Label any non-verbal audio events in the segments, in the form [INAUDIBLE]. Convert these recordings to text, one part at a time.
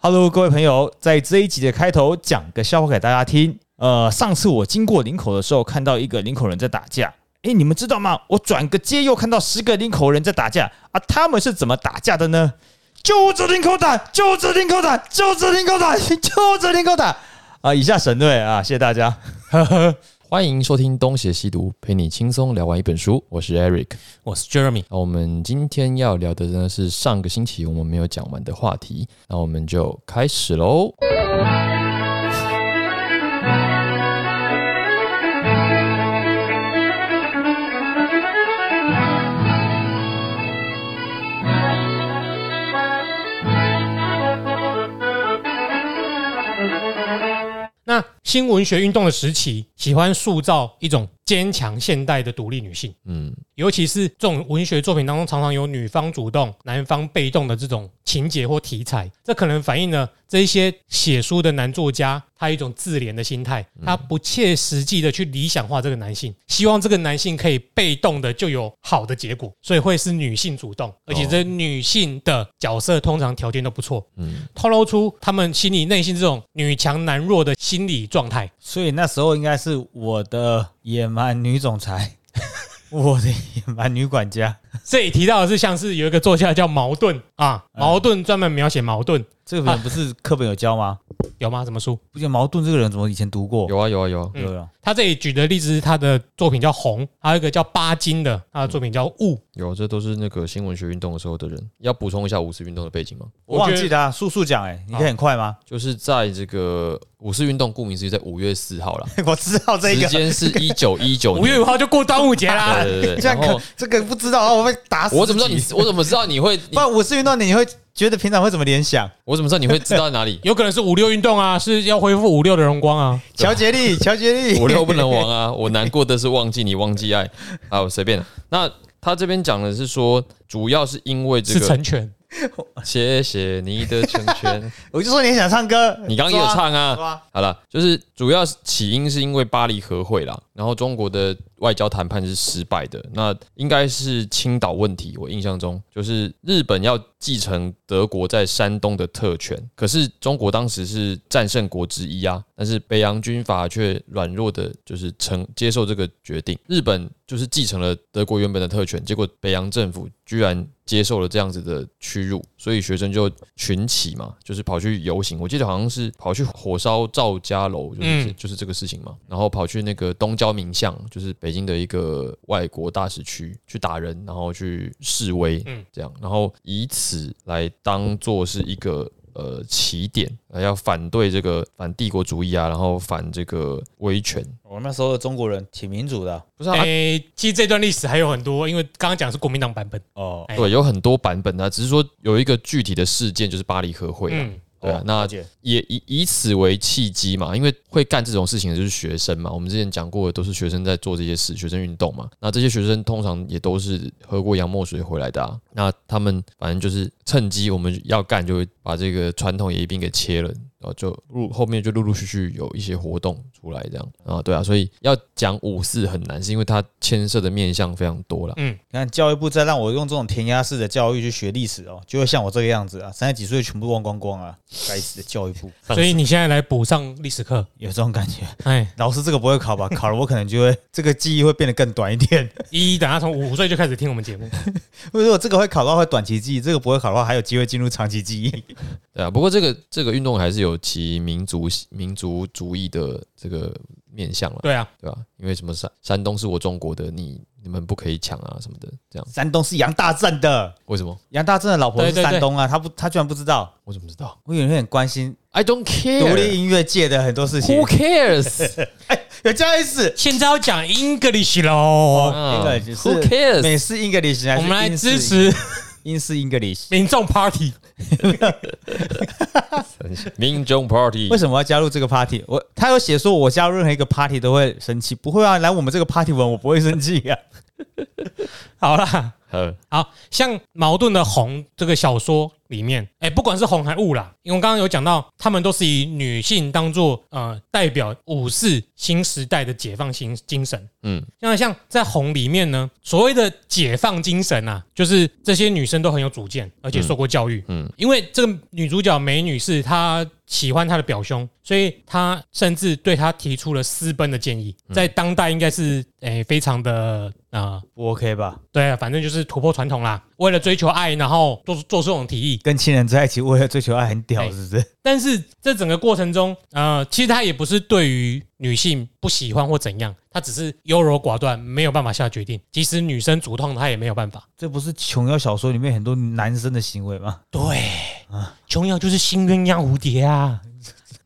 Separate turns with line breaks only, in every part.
Hello，各位朋友，在这一集的开头讲个笑话给大家听。呃，上次我经过林口的时候，看到一个林口人在打架。诶，你们知道吗？我转个街又看到十个林口人在打架啊，他们是怎么打架的呢？就是林口打，就是林口打，就是林口打， [LAUGHS] 就是林口打啊！以下省略啊，谢谢大家。
欢迎收听《东邪西毒》，陪你轻松聊完一本书。我是 Eric。
我是 Jeremy，
那我们今天要聊的呢是上个星期我们没有讲完的话题，那我们就开始喽。
那新文学运动的时期，喜欢塑造一种坚强现代的独立女性，
嗯，
尤其是这种文学作品当中，常常有女方主动、男方被动的这种情节或题材，这可能反映了这一些写书的男作家他一种自怜的心态，他不切实际的去理想化这个男性，希望这个男性可以被动的就有好的结果，所以会是女性主动，而且这女性的角色通常条件都不错，
嗯
透露出他们心里内心这种女强男弱的心理状态。
所以那时候应该是我的野蛮女总裁， [LAUGHS] 我的野蛮女管家。
这里提到的是，像是有一个作家叫茅盾啊，
嗯
茅盾专门描写矛盾，
这个人不是课本有教吗？
有吗？什么书？
不记得矛盾这个人怎么以前读过？
有啊有啊有啊，
嗯
有有。
他这里举的例子是他的作品叫《红》，还有一个叫巴金的，他的作品叫《雾》。
有啊，这都是那个新文学运动的时候的人。要补充一下五四运动的背景吗？
我
我
忘
觉得
记了、啊，速速讲，哎，你可以很快吗？ [LAUGHS]
就是在这个五四运动，顾名思义，在五月四号啦，
我知道这
时
个，
间是一九一九
五月
年
五。号就过端午节啦，？
嗯对对对，
[LAUGHS] 这
然
样
后
可这个不知道啊，我被打死。
我怎么知道你？？我怎么知道你会？你
不然我是运动你，你会觉得平常会怎么联
[LAUGHS]
想？
我怎么知道你会知道哪里
有可能是五六运动啊，是要恢复五六的荣光啊。
乔杰利，乔杰利，
[LAUGHS]
我六不能亡啊！ [LAUGHS] 我难过的是忘记你，忘记爱。好，随便。那他这边讲的是说，主要是因为这
是
个
成全，
谢谢你的成
[LAUGHS]
全。
我就说你很想唱歌，
你刚刚也有唱啊。
吗？
好了，就是主要是起因是因为巴黎和会啦，然后中国的外交谈判是失败的，那应该是青岛问题。我印象中就是日本要继承德国在山东的特权，可是中国当时是战胜国之一啊，但是北洋军阀却软弱的，就是承接受这个决定。日本就是继承了德国原本的特权，结果北洋政府居然接受了这样子的屈辱，所以学生就群起嘛，就是跑去游行。我记得好像是跑去火烧赵家楼，就是、
嗯
就是这个事情嘛。然后跑去那个东交民巷，就是北京的一个外国大使区去打人，然后去示威，
嗯
这样，然后以此来当做是一个。呃，起点呃要反对这个反帝国主义啊，然后反这个威权，
我那时候的中国人挺民主的哦
不是啊啊
诶，其实这段历史还有很多，因为刚刚讲的是国民党版本。
哦。
哎
对，有很多版本啊，只是说有一个具体的事件就是巴黎和会啊，
嗯，
对啊
哦，
那
了解
也以以此为契机嘛，因为会干这种事情的就是学生嘛。我们之前讲过的都是学生在做这些事，学生运动嘛。那这些学生通常也都是喝过洋墨水回来的啊。那他们反正就是趁机我们要干，就会把这个传统也一并给切了。然后就陆后面就陆陆续续有一些活动出来，这样啊，对啊，所以要讲五四很难，是因为它牵涉的面向非常多啦。
你看教育部再让我用这种填鸭式的教育去学历史哦，就会像我这个样子啊，三十几岁全部忘光光啊，该死的教育部
所以你现在来补上历史课，
有这种感觉。
哎，
老师这个不会考吧？考了我可能就会这个记忆会变得更短一点。
一一等他从五岁就开始听我们节目，
如果这个会考的话，会短期记忆；这个不会考的话，还有机会进入长期记忆。
对啊，不过这个这个运动还是有其民族民族主义的这个面向了，
对啊，
对吧、因为什么山山东是我中国的，你你们不可以抢啊什么的，这样
[LAUGHS] 山东是杨大正的，
为什么？
杨大正的老婆是
对对对
山东啊，他不，他居然不知道。
我怎么知道
我有点关心
？I don't
独立
care。
音乐界的很多事情
Who，cares？
[LAUGHS] 有这样意思。
现在要讲 English 喽，
嗯
那个只是
Who cares？
美式 English 哦还是
我们来
英式
支持
英式 English？
民众 Party。
民众 party
为什么要加入这个 party？我他有写说，我加入任何一个 party 都会生气，不会啊，来我们这个 party 玩我不会生气啊。
好啦，
呃，
好像矛盾的《红》这个小说里面，哎、不管是红还雾啦，因为我刚刚有讲到，他们都是以女性当做呃代表武士新时代的解放精精神。
嗯，
那像在《红》里面呢，所谓的解放精神啊，就是这些女生都很有主见，而且受过教育。
嗯嗯
因为这个女主角梅女士她喜欢她的表兄，所以她甚至对她提出了私奔的建议，
嗯
在当代应该是诶、非常的呃
[LAUGHS] 不 OK 吧？
对，啊反正就是突破传统啦。为了追求爱，然后做做出这种提议，
跟亲人在一起为了追求爱很屌，
哎
是不是？
但是这整个过程中，呃，其实他也不是对于女性不喜欢或怎样，他只是优柔寡断，没有办法下决定。即使女生主动，他也没有办法。
这不是琼瑶小说里面很多男生的行为吗？
对，
啊
琼瑶就是新鸳鸯蝴蝶啊，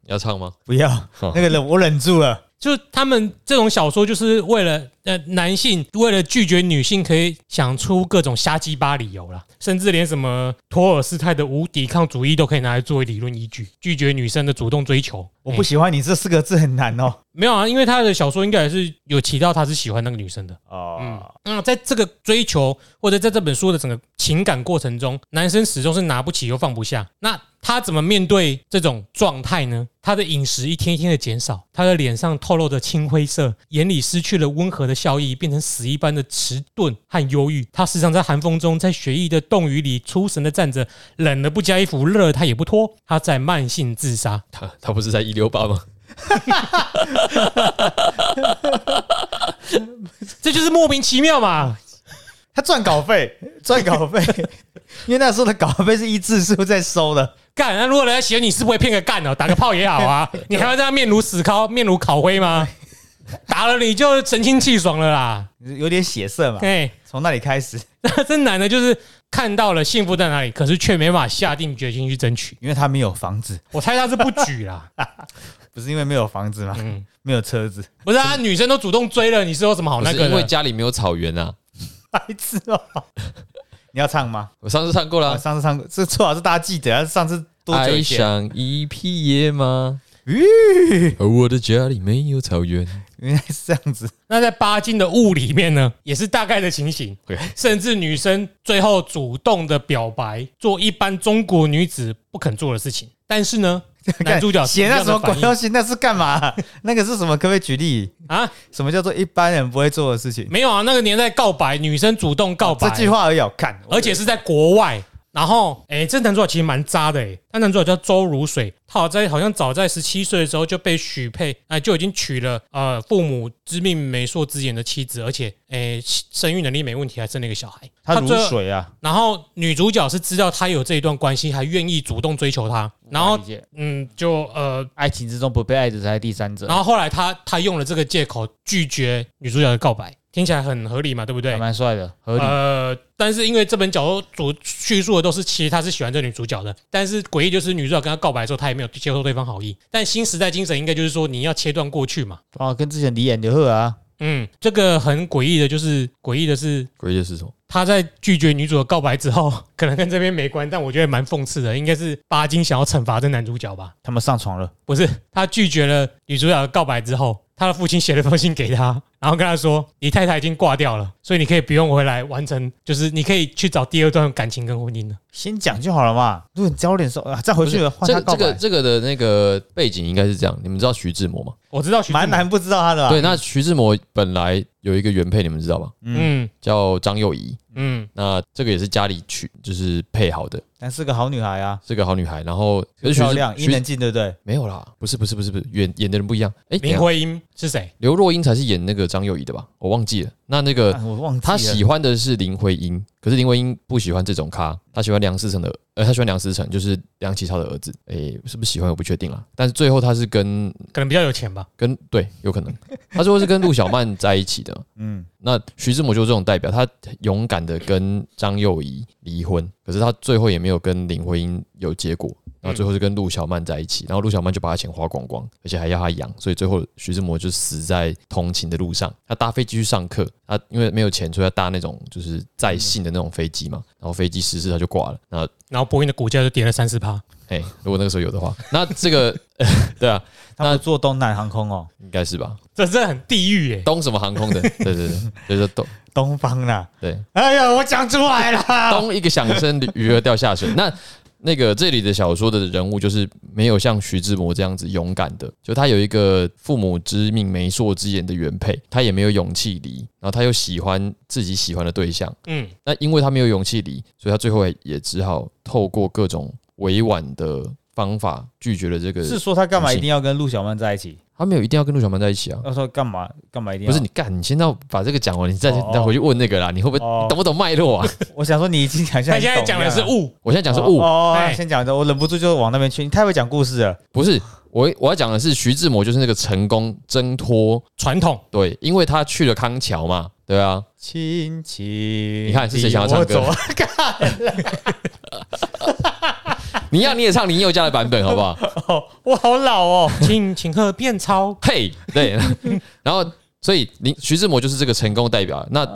要唱吗？
不要，那个忍我忍住了。
就他们这种小说，就是为了呃男性为了拒绝女性，可以想出各种瞎鸡巴理由啦，甚至连什么托尔斯泰的无抵抗主义都可以拿来作为理论依据，拒绝女生的主动追求。哎
我不喜欢你这四个字很难哦。
没有啊，因为他的小说应该也是有提到他是喜欢那个女生的。嗯
哦，
那在这个追求或者在这本书的整个情感过程中，男生始终是拿不起又放不下。那他怎么面对这种状态呢？他的饮食一天一天的减少，他的脸上透露着青灰色，眼里失去了温和的笑意，变成死一般的迟钝和忧郁。他时常在寒风中，在雪意的冻雨里出神的站着，冷了不加衣服，热了他也不脱。他在慢性自杀。
他他不是在一六八吗？
这就是莫名其妙嘛。
他赚稿
[LAUGHS]
费，赚稿费， [LAUGHS] 因为那时候的稿费是一字数在收的。
干，那如果人家喜欢你，是不会骗个干哦，打个炮也好啊，你还要这样面如死烤面如烤灰吗？打了你就神清气爽了啦。
有点血色嘛，
[LAUGHS] 哎，
从那里开始，
那这男的就是看到了幸福在哪里，可是却没法下定决心去争取。
因为他没有房子，
我猜他是不举啦，
不是因为没有房子嘛，
嗯，
没有车子，
[LAUGHS] 不是啊，女生都主动追了，你是有什么好
哦
不
那
是
个
因为
的？
家里没有草原啊。
白痴
[LAUGHS]
哦。你要唱吗？
我上次唱过
啊，
了，
上次唱过，这最好是大家记得啊，上次多久
爱
以前？
上一匹野马，
咦，
而我的家里没有草原。
原来是这样子，
那在八金的雾里面呢，也是大概的情形
OK，
甚至女生最后主动的表白，做一般中国女子不肯做的事情。但是呢，男主角是
写
一样
那
的
什么鬼
反应
东西？那是干嘛啊、那个是什么？可不可以举例？
啊？
什么叫做一般人不会做的事情？
没有啊，那个年代告白，女生主动告白，
这句话而已哦，看，
而且是在国外。然后，哎，这男主角其实蛮渣的，哎，他男主角叫周如水，他好在好像早在十七岁的时候就被许配，哎、就已经娶了呃父母知命媒妁之言的妻子，而且，哎，生育能力没问题，还生了一个小孩。
他如
最后
水啊，
然后女主角是知道他有这一段关系，还愿意主动追求他。然后
理，解
嗯，就呃，
爱情之中不被爱的才是第三者
然，后后来他他用了这个借口拒绝女主角的告白，听起来很合理嘛，对不对
还？蛮帅的，合理。
呃，但是因为这本小说主叙述的都是，其实他是喜欢这女主角的，但是诡异就是女主角跟他告白的时候，他也没有接受对方好意。但新时代精神应该就是说，你要切断过去嘛。
啊，跟之前李演刘贺啊，
嗯，这个很诡异的，就是诡异的是。
鬼夜是什么？
他在拒绝女主的告白之后， [LAUGHS] 可能跟这边没关，但我觉得蛮讽刺的，应该是巴金想要惩罚这男主角吧？
他们上床了，
不是，他拒绝了女主角的告白之后，他的父亲写了封信给他， [LAUGHS] 然后跟他说：“你太太已经挂掉了，所以你可以不用回来完成，就是你可以去找第二段感情跟婚姻了。”
先讲就好了嘛。如果你焦点说啊，再回去了换
这
他
个
告
这个
白，
这个的那个背景应该是这样，你们知道徐志摩吗？
我知道徐志摩
蛮，难不知道他的吧？
对，那徐志摩本来有一个原配，你们知道吧？
嗯
叫张幼仪。
嗯，
那这个也是家里娶，就是配好的，
但是个好女孩啊，
是个好女孩。然后可是徐志
漂亮，伊
徐
能静，对不对？
没有啦，不是不是不是不是演演的人不一样。哎，等一
林
下
徽因是谁？
刘若英才是演那个张幼仪的吧？我忘记了。那那个
啊我忘记
他
了。
喜欢的是林徽因，可是林徽因不喜欢这种咖，他喜欢梁思成的，呃，他喜欢梁思成，就是梁启超的儿子。诶、是不是喜欢我不确定啦，但是最后他是跟
可能比较有钱吧。
跟对，有可能，他最后是跟陆小曼在一起的。
嗯，
那徐志摩就是这种代表，他勇敢的跟张幼仪离婚，可是他最后也没有跟林徽因有结果，然后最后是跟陆小曼在一起，然后陆小曼就把他钱花光光，而且还要他养，所以最后徐志摩就死在通勤的路上。他搭飞机去上课，他因为没有钱，所以他搭那种就是载信的那种飞机嘛，然后飞机失事他就挂了。那
然后波音的股价就跌了三四趴，
哎、如果那个时候有的话，那这个、 [LAUGHS] 呃对啊，
他们坐东南航空哦，
应该是吧？
这真的很地狱耶、
东什么航空的？对对对，就是东
东方啦。
对
哎呀，我讲出来了。
咚一个响声，驴鱼儿掉下水。那那个这里的小说的人物就是没有像徐志摩这样子勇敢的，就他有一个父母之命媒妁之言的原配，他也没有勇气离，然后他又喜欢自己喜欢的对象，
嗯，
那因为他没有勇气离，所以他最后也只好透过各种委婉的方法拒绝了这个。
是说他干嘛一定要跟陆小曼在一起？
他没有一定要跟陆小曼在一起啊。
他说干嘛干嘛一定
不
要？
是你干，你先要把这个讲完，你再
哦哦
你再回去问那个啦，你会不会
哦
懂不懂脉络啊？ [LAUGHS]
我想说你已经讲下
他
来，
现在讲的是
物，
物，
我现在讲是
哦
误
哦，哦
哎
先讲的，我忍不住就往那边去。你太会讲故事了，
不是，我我要讲的是徐志摩就是那个成功挣脱，
传统
对，因为他去了康桥嘛，对啊，
亲亲，你
看是谁想要唱歌
[LAUGHS]
你要你也唱林宥嘉的版本好不好？
[LAUGHS]
[LAUGHS]
哦，我好老哦。
[LAUGHS] 请请客变超，
嘿，对， [LAUGHS] 然后所以林徐志摩就是这个成功代表，那。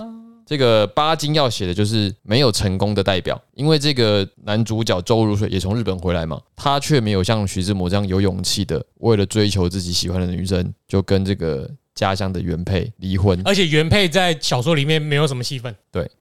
这个巴金要写的就是没有成功的代表，因为这个男主角周如水也从日本回来嘛，他却没有像徐志摩这样有勇气的，为了追求自己喜欢的女生，就跟这个家乡的原配离婚。
而且原配在小说里面没有什么戏份，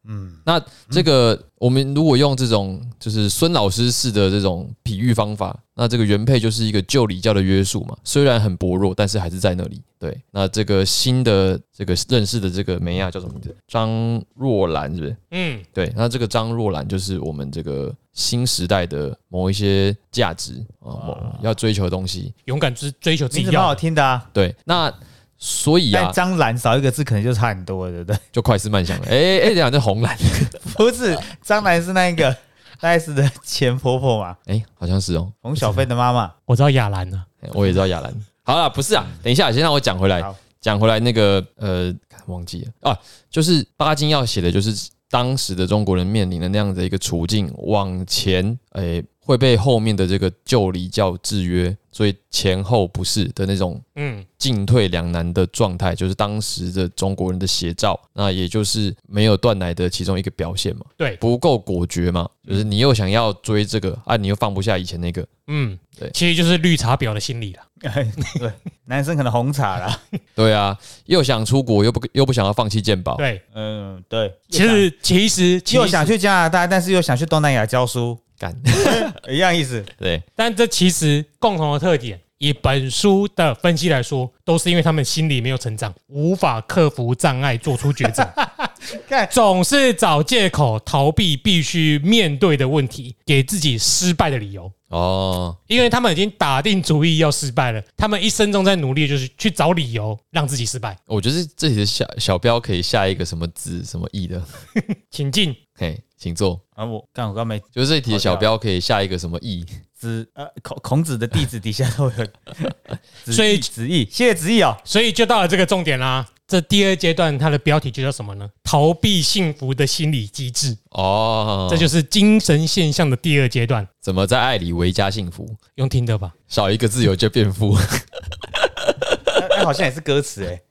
嗯，
那这个我们如果用这种就是孙老师式的这种比喻方法，那这个原配就是一个旧礼教的约束嘛，虽然很薄弱，但是还是在那里。对，那这个新的这个认识的这个梅亚叫什么名字？张若兰是不是？
嗯，
对，那这个张若兰就是我们这个新时代的某一些价值啊，某要追求的东西。
勇敢追追求自
名
己
字蛮好
要的，
听的啊，
对，那所以
但
啊，
张兰少一个字，可能就差很多了，对不
[LAUGHS]
对？
就快思慢想了。哎哎，等一下这红兰，
不是，张兰是那
[LAUGHS]
个赖斯的前婆婆嘛，
哎，好像是哦。
冯小飞的妈
[LAUGHS]
妈。
我知道亚兰啊了，
欸我也知道亚兰。好了，不是啊，等一下，先让我讲回来
好，
讲回来那个呃，忘记了啊，就是巴金要写的，就是当时的中国人面临的那样的一个处境，往前诶、会被后面的这个旧礼教制约，所以前后不是的那种
嗯，
进退两难的状态，就是当时的中国人的写照，那也就是没有断奶的其中一个表现嘛，
对，
不够果决嘛，就是你又想要追这个啊，你又放不下以前那个，
嗯，
对
其实就是绿茶婊的心理了，
对，男生可能红茶啦。
对啊，又想出国，又不又不想要放弃健保，
对，
嗯，对。
其实其实其
又
实
想去加拿大，但是又想去东南亚教
[LAUGHS]
书，
干 [LAUGHS]
一样意思。
对
但这其实共同的特点，以本书的分析来说，都是因为他们心理没有成长，无法克服障碍，做出
[LAUGHS]
抉择，
看
总是找借口逃避必须面对的问题，给自己失败的理由。
哦，
因为他们已经打定主意要失败了，他们一生中在努力，就是去找理由让自己失败。
我觉得这里的小小标可以下一个什么字什么意的， [LAUGHS]
请进，
嘿，请坐。
啊，我刚我刚
[LAUGHS]
没
就是这一题的小标可以下一个什么意，
子呃孔孔子的弟子底下都有子
所以
义子义，谢谢子义哦。
所以就到了这个重点啦。这第二阶段，它的标题就叫什么呢？逃避幸福的心理机制，
哦，
这就是精神现象的第二阶段。
怎么在爱里维加幸福，
用听的吧。
少一个自由就变富。 [LAUGHS]
哎，哎好像也是歌词哎，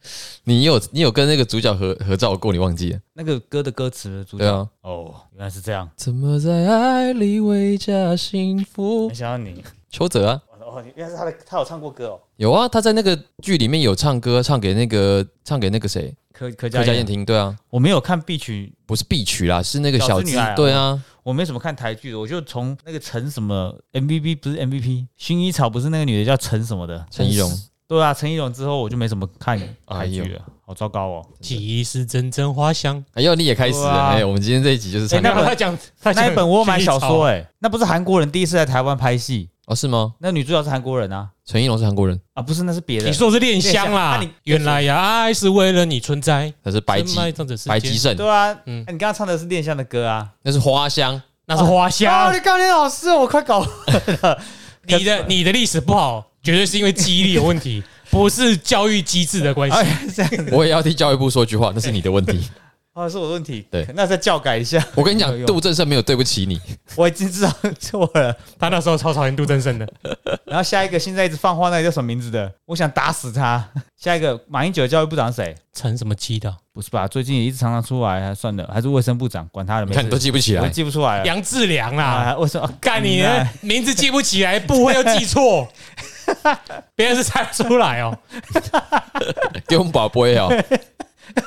你有你有跟那个主角合合照过，你忘记了？
那个歌的歌词主
对
角
啊，
哦，原来是这样。
怎么在爱里维加幸福
没？
哎
想到你
邱泽啊，
哦，原来是他的，他有唱过歌哦。
有啊，他在那个剧里面有唱歌，唱给那个唱给那个谁，
柯柯
柯
佳
佳燕
燕，
听。对啊，
我没有看必曲，
不是必曲啦，是那个小
小资
资
女孩啊。
对啊，
我没什么看台剧的，我就从那个陈什么 MVP 不是 MVP，薰衣草不是那个女的叫陈什么的，
陈怡
[LAUGHS]
蓉。
对啊，陈怡蓉之后我就没怎么看台剧了，好糟糕哦。
其实阵阵花香。
哎呦，你也开始了！
对啊
哎、我们今天这一集就是
哎
唱歌、
那本
他讲他讲
那一本我有买小说
薰衣草
哎、那不是韩国人第一次来台湾拍戏，
哦，是吗？
那女主角是韩国人啊
陈一龙是韩国人，
啊不是，那是别人
你。说的是恋香
恋香啊
啦
你。
原来呀，爱是为了你存在。
他是白吉
深爱这样子世界
白吉胜，
对啊，
嗯
哎你刚刚唱的是恋香的歌啊。
那是花香。
那
[LAUGHS]
是花
啊，
香
你。刚刚老师，我快搞
你的你的历史不好，绝对是因为记忆力有问
[LAUGHS]
题，不是教育机制的关系。
哎这样子。 [LAUGHS]
我也要替教育部说句话，那是你的问题。
啊，是我的问题。
对
那再教改一下， [LAUGHS]
我跟你
没有
讲，
用
杜正胜没有对不起你，
我已经知道错了。
他那时候超讨厌杜
[LAUGHS]
振
哎
胜的，
然后下一个现在一直放话，那个叫什么名字的？我想打死他。下一个马英九的教育部长是谁？
成什么鸡的？
不是吧？最近也一直常常出来，还算了，还是卫生部长，管他的，
你
没
看你都
事，
记不起
我
来。
记不出来了。
杨志良啦，
啊，为什么？啊
干你呢！名字记不起来，部位又记
[LAUGHS]
错，别人是猜不出来哦。
给我们宝贝
[LAUGHS]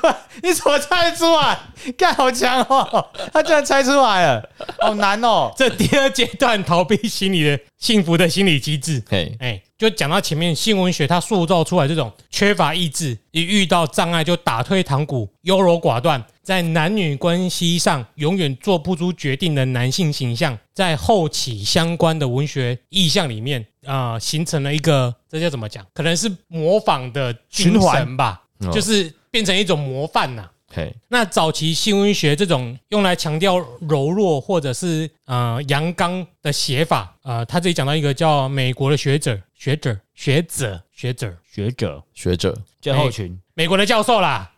哦，
你怎么猜得出来？干好强哦！ [LAUGHS] 他居然猜出来了，好难哦。
这第二阶段逃避心理的幸福的心理机制。
嘿，
哎、就讲到前面新闻学，它塑造出来这种缺乏意志，一遇到障碍就打退堂鼓、优柔寡断，在男女关系上永远做不出决定的男性形象，在后起相关的文学意象里面啊、呃形成了一个这叫怎么讲？可能是模仿的精
循环
神吧，
哦
就是变成一种模范呐、
嘿，
那早期新闻学这种用来强调柔弱或者是呃阳刚的写法，呃，他这里讲到一个叫美国的学者、学者、学者、学者，
学者
学者，
症候群，
美国的教
[LAUGHS]
授啦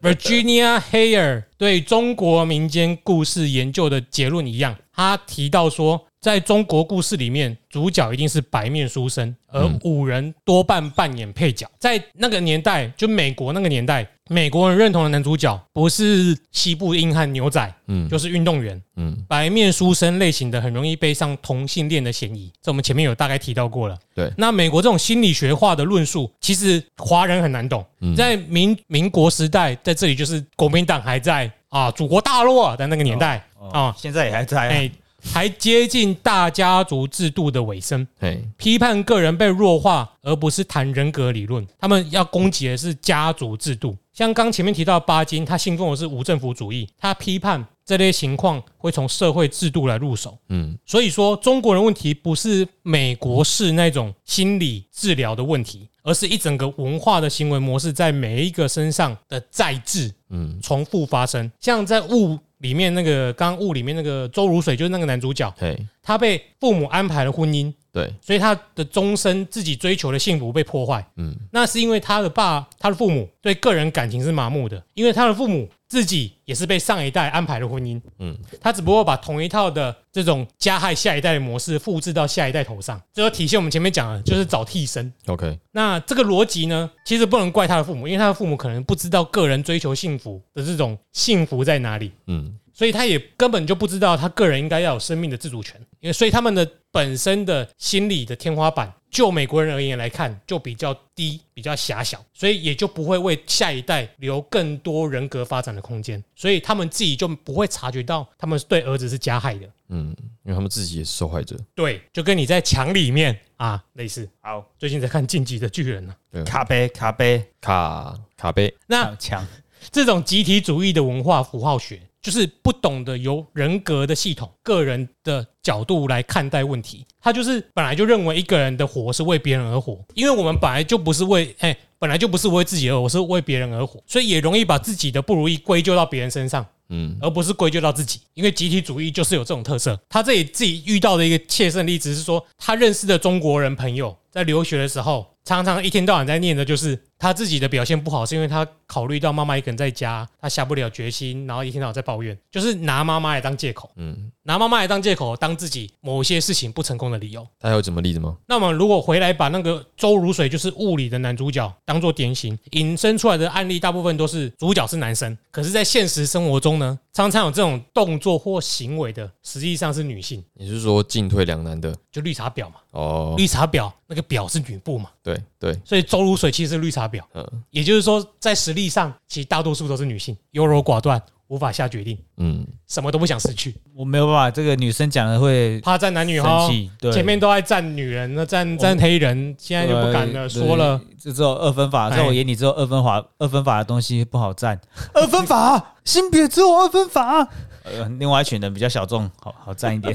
，Virginia Hayer 对中国民间故事研究的结论一样，他提到说，在中国故事里面，主角一定是白面书生，而五人多半扮演配角。在那个年代，就美国那个年代，美国人认同的男主角不是西部硬汉牛仔，
嗯
就是运动员。
嗯，
白面书生类型的很容易背上同性恋的嫌疑，这我们前面有大概提到过了。
对
那美国这种心理学化的论述，其实华人很难懂。
嗯
在民民国时代，在这里就是国民党还在啊，祖国大陆啊的那个年代
哦
啊，，
现在也还在啊。
哎，还接近大家族制度的尾声。
嘿，
批判个人被弱化，而不是谈人格理论。他们要攻击的是家族制度。像刚前面提到的巴金，他信奉的是无政府主义，他批判这类情况会从社会制度来入手。
嗯，
所以说，中国人问题不是美国式那种心理治疗的问题，而是一整个文化的行为模式在每一个身上的再制，
嗯，
重复发生。像在雾里面那个，刚刚雾里面那个周如水就是那个男主角，
嘿，
他被父母安排了婚姻，
对，
所以他的终身自己追求的幸福被破坏。
嗯，
那是因为他的爸、他的父母对个人感情是麻木的，因为他的父母自己也是被上一代安排的婚姻。
嗯，
他只不过把同一套的这种加害下一代的模式复制到下一代头上，这就体现我们前面讲的，就是找替身。
，OK，
那这个逻辑呢，其实不能怪他的父母，因为他的父母可能不知道个人追求幸福的这种幸福在哪里。
嗯，
所以他也根本就不知道他个人应该要有生命的自主权，因为所以他们的本身的心理的天花板，就美国人而言来看，就比较低，比较狭小，所以也就不会为下一代留更多人格发展的空间，所以他们自己就不会察觉到他们对儿子是加害的。
嗯，因为他们自己也是受害者，
对，就跟你在墙里面啊，类似。
好，
最近在看《晋级的巨人》呢、
卡杯卡杯，
卡卡贝，
那
好强。
这种集体主义的文化符号学，就是不懂得由人格的系统、个人的角度来看待问题。他就是本来就认为一个人的活是为别人而活，因为我们本来就不是为哎、本来就不是为自己而活，是为别人而活，所以也容易把自己的不如意归咎到别人身上。
嗯，
而不是归咎到自己，因为集体主义就是有这种特色。他这里自己遇到的一个切身例子是说，他认识的中国人朋友在留学的时候，常常一天到晚在念的就是他自己的表现不好，是因为他考虑到妈妈一个人在家，他下不了决心，然后一天到晚在抱怨，就是拿妈妈来当借口，
嗯，
拿妈妈来当借口，当自己某些事情不成功的理由。
他还有什么例子吗？
那么，如果回来把那个周如水，就是物理的男主角，当做典型，引申出来的案例大部分都是主角是男生，可是，在现实生活中呢，常常有这种动作或行为的，实际上是女性，
你是说进退两难的？
就绿茶婊嘛，
哦，
绿茶婊那个婊是女部嘛，
对对，
所以周如水其实是绿茶婊，
嗯
也就是说，在实力上，其实大多数都是女性，优柔寡断，无法下决定，
嗯，
什么都不想失去，
我没有办法，这个女生讲的会
怕占男女哈
生。气。对，
前面都爱站女人，那站站黑人，现在就不敢了，
对
说了。，
就只有二分法，
哎
在我眼里只有二分法，二分法的东西不好
[LAUGHS]
占。二分法，性别只有二分法。呃，另外一群人比较小众，好好占一
[LAUGHS]
点。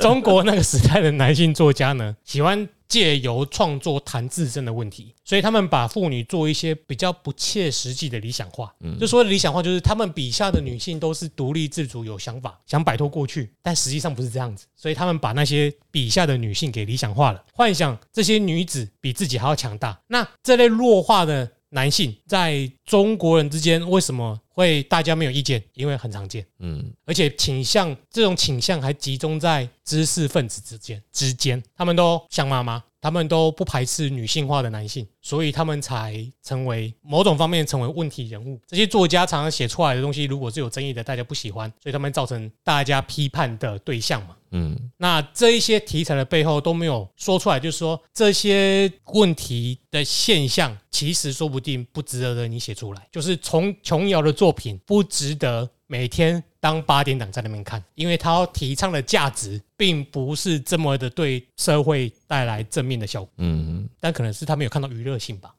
中国那个时代的男性作家呢， [LAUGHS] 喜欢借由创作谈自身的问题，所以他们把妇女做一些比较不切实际的理想化。就说理想化，就是他们笔下的女性都是独立自主、有想法，想摆脱过去，但实际上不是这样子。所以他们把那些笔下的女性给理想化了，幻想这些女子比自己还要强大。那这类弱化的男性在中国人之间为什么会大家没有意见？因为很常见，
嗯，
而且倾向这种倾向还集中在知识分子之间之间，他们都像妈妈，他们都不排斥女性化的男性，所以他们才成为某种方面成为问题人物。这些作家常常写出来的东西，如果是有争议的，大家不喜欢，所以他们造成大家批判的对象嘛。
嗯
那这一些题材的背后都没有说出来，就是说这些问题的现象，其实说不定不值得你写出来。就是从琼瑶的作品不值得每天当八点档在那边看，因为它提倡的价值并不是这么的对社会带来正面的效果，
嗯，
但可能是他没有看到娱乐性吧。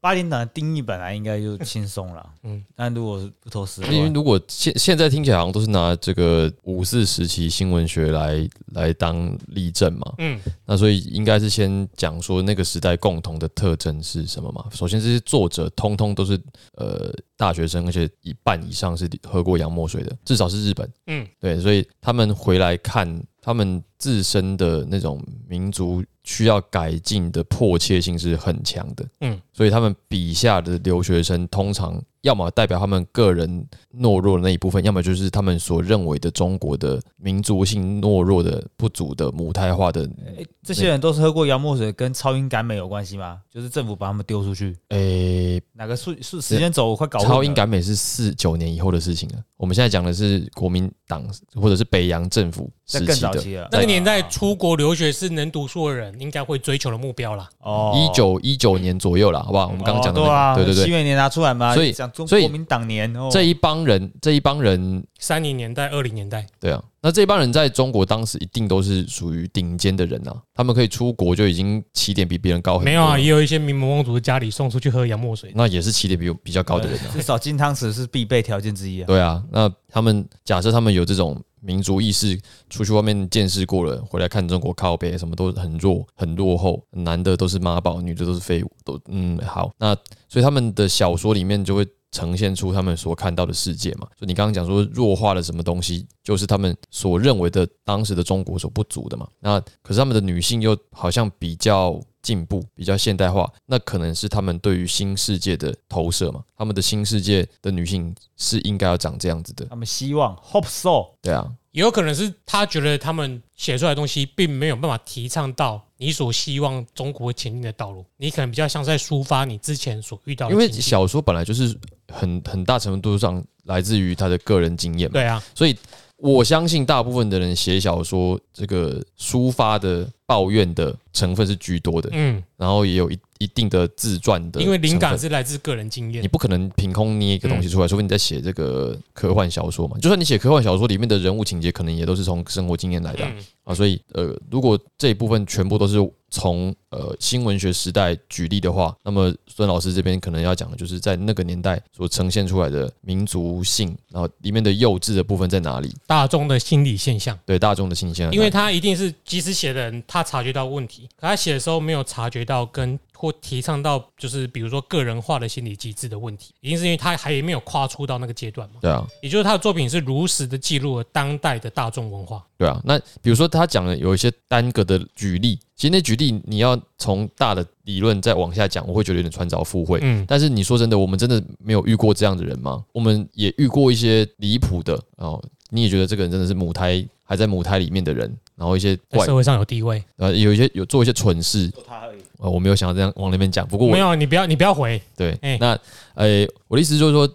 八点档的定义本来应该就轻松了，嗯
嗯，
但如果是不投十
因为
万，
如果现现在听起来好像都是拿这个五四时期新闻学来来当例证嘛，
嗯，
那所以应该是先讲说那个时代共同的特征是什么嘛？首先，这些作者通通都是呃大学生，而且一半以上是喝过洋墨水的，至少是日本。
嗯，
对，所以他们回来看他们自身的那种民族需要改进的迫切性是很强的。
嗯，
所以他们笔下的留学生通常要么代表他们个人懦弱的那一部分，要么就是他们所认为的中国的民族性懦弱的不足的母胎化的
诶哎这些人都是喝过洋墨水，跟超英赶美有关系吗？就是政府把他们丢出去，
诶、
哪个数数时间轴我快哎搞混了
超英赶美是四九年以后的事情了。啊我们现在讲的是国民党或者是北洋政府
在
时
更
期
早
的，
期了，
那个年代
啊
出国留学是能读书的人应该会追求的目标啦。
哦
一九一九年左右了，好不好？我们刚刚讲的
哦对
那
啊，
个，对对
七
对，
元年拿出来嘛，
所以
讲中
所以
国民党年哦，
这一帮人，这一帮人，
三零年代、二零年代，
对啊，那这一帮人在中国当时一定都是属于顶尖的人啊，他们可以出国就已经起点比别人高很多，
没有啊，也，有一些名门望族的家里送出去喝洋墨水。
那也是起点比比较高的人啊。
[LAUGHS] 至少金汤匙是必备条件之一啊。
对啊，那他们假设他们有这种民族意识，出去外面见识过了，回来看中国靠北，什么都很弱、很落后，男的都是妈宝，女的都是废物，都嗯好。那所以他们的小说里面就会呈现出他们所看到的世界嘛。所以你刚刚讲说弱化了什么东西，就是他们所认为的当时的中国所不足的嘛。那可是他们的女性又好像比较。进步比较现代化，那可能是他们对于新世界的投射嘛？他们的新世界的女性是应该要长这样子的，
他们啊希望 hope so，
对啊，
也有可能是他觉得他们写出来的东西并没有办法提倡到你所希望中国前进的道路，你可能比较像在抒发你之前所遇到的
因为
情境
小说本来就是很很大程度上来自于他的个人经验嘛，
对啊，
所以我相信大部分的人写小说，这个抒发的抱怨的成分是居多的，
嗯，
然后也有一一定的自传的，
因为灵感。是来自个人经
你
验，
不可能凭空捏一个东西出来，除非你在写这个科幻小说
嗯
嘛。就算你写科幻小说，里面的人物情节可能也都是从生活经验来的啊、
嗯，
啊，所以呃，如果这一部分全部都是从呃新文学时代举例的话，那么孙老师这边可能要讲的就是在那个年代所呈现出来的民族性，然后里面的幼稚的部分在哪里？
大众的心理现象。
对啊大众的新鲜，
因为他一定是即使写的人，他察觉到问题，可他写的时候没有察觉到跟或提倡到，就是比如说个人化的心理机制的问题，一定是因为他还没有跨出到那个阶段嘛。
对啊，
也就是他的作品是如实的记录了当代的大众文化，
对啊。那比如说他讲的有一些单个的举例，其实那举例你要从大的理论再往下讲，我会觉得有点穿凿附会。
嗯，
但是你说真的，我们真的没有遇过这样的人吗？我们也遇过一些离谱的哦，你也觉得这个人真的是母胎还在母胎里面的人，然后一些
在
怪
社会上有地位。
呃有一些有做一些蠢事，
他而已。
呃，我没有想要这样往那边讲，不过
没
我
有，你不要，你不要回。
对，
哎
那呃、我的意思就是说，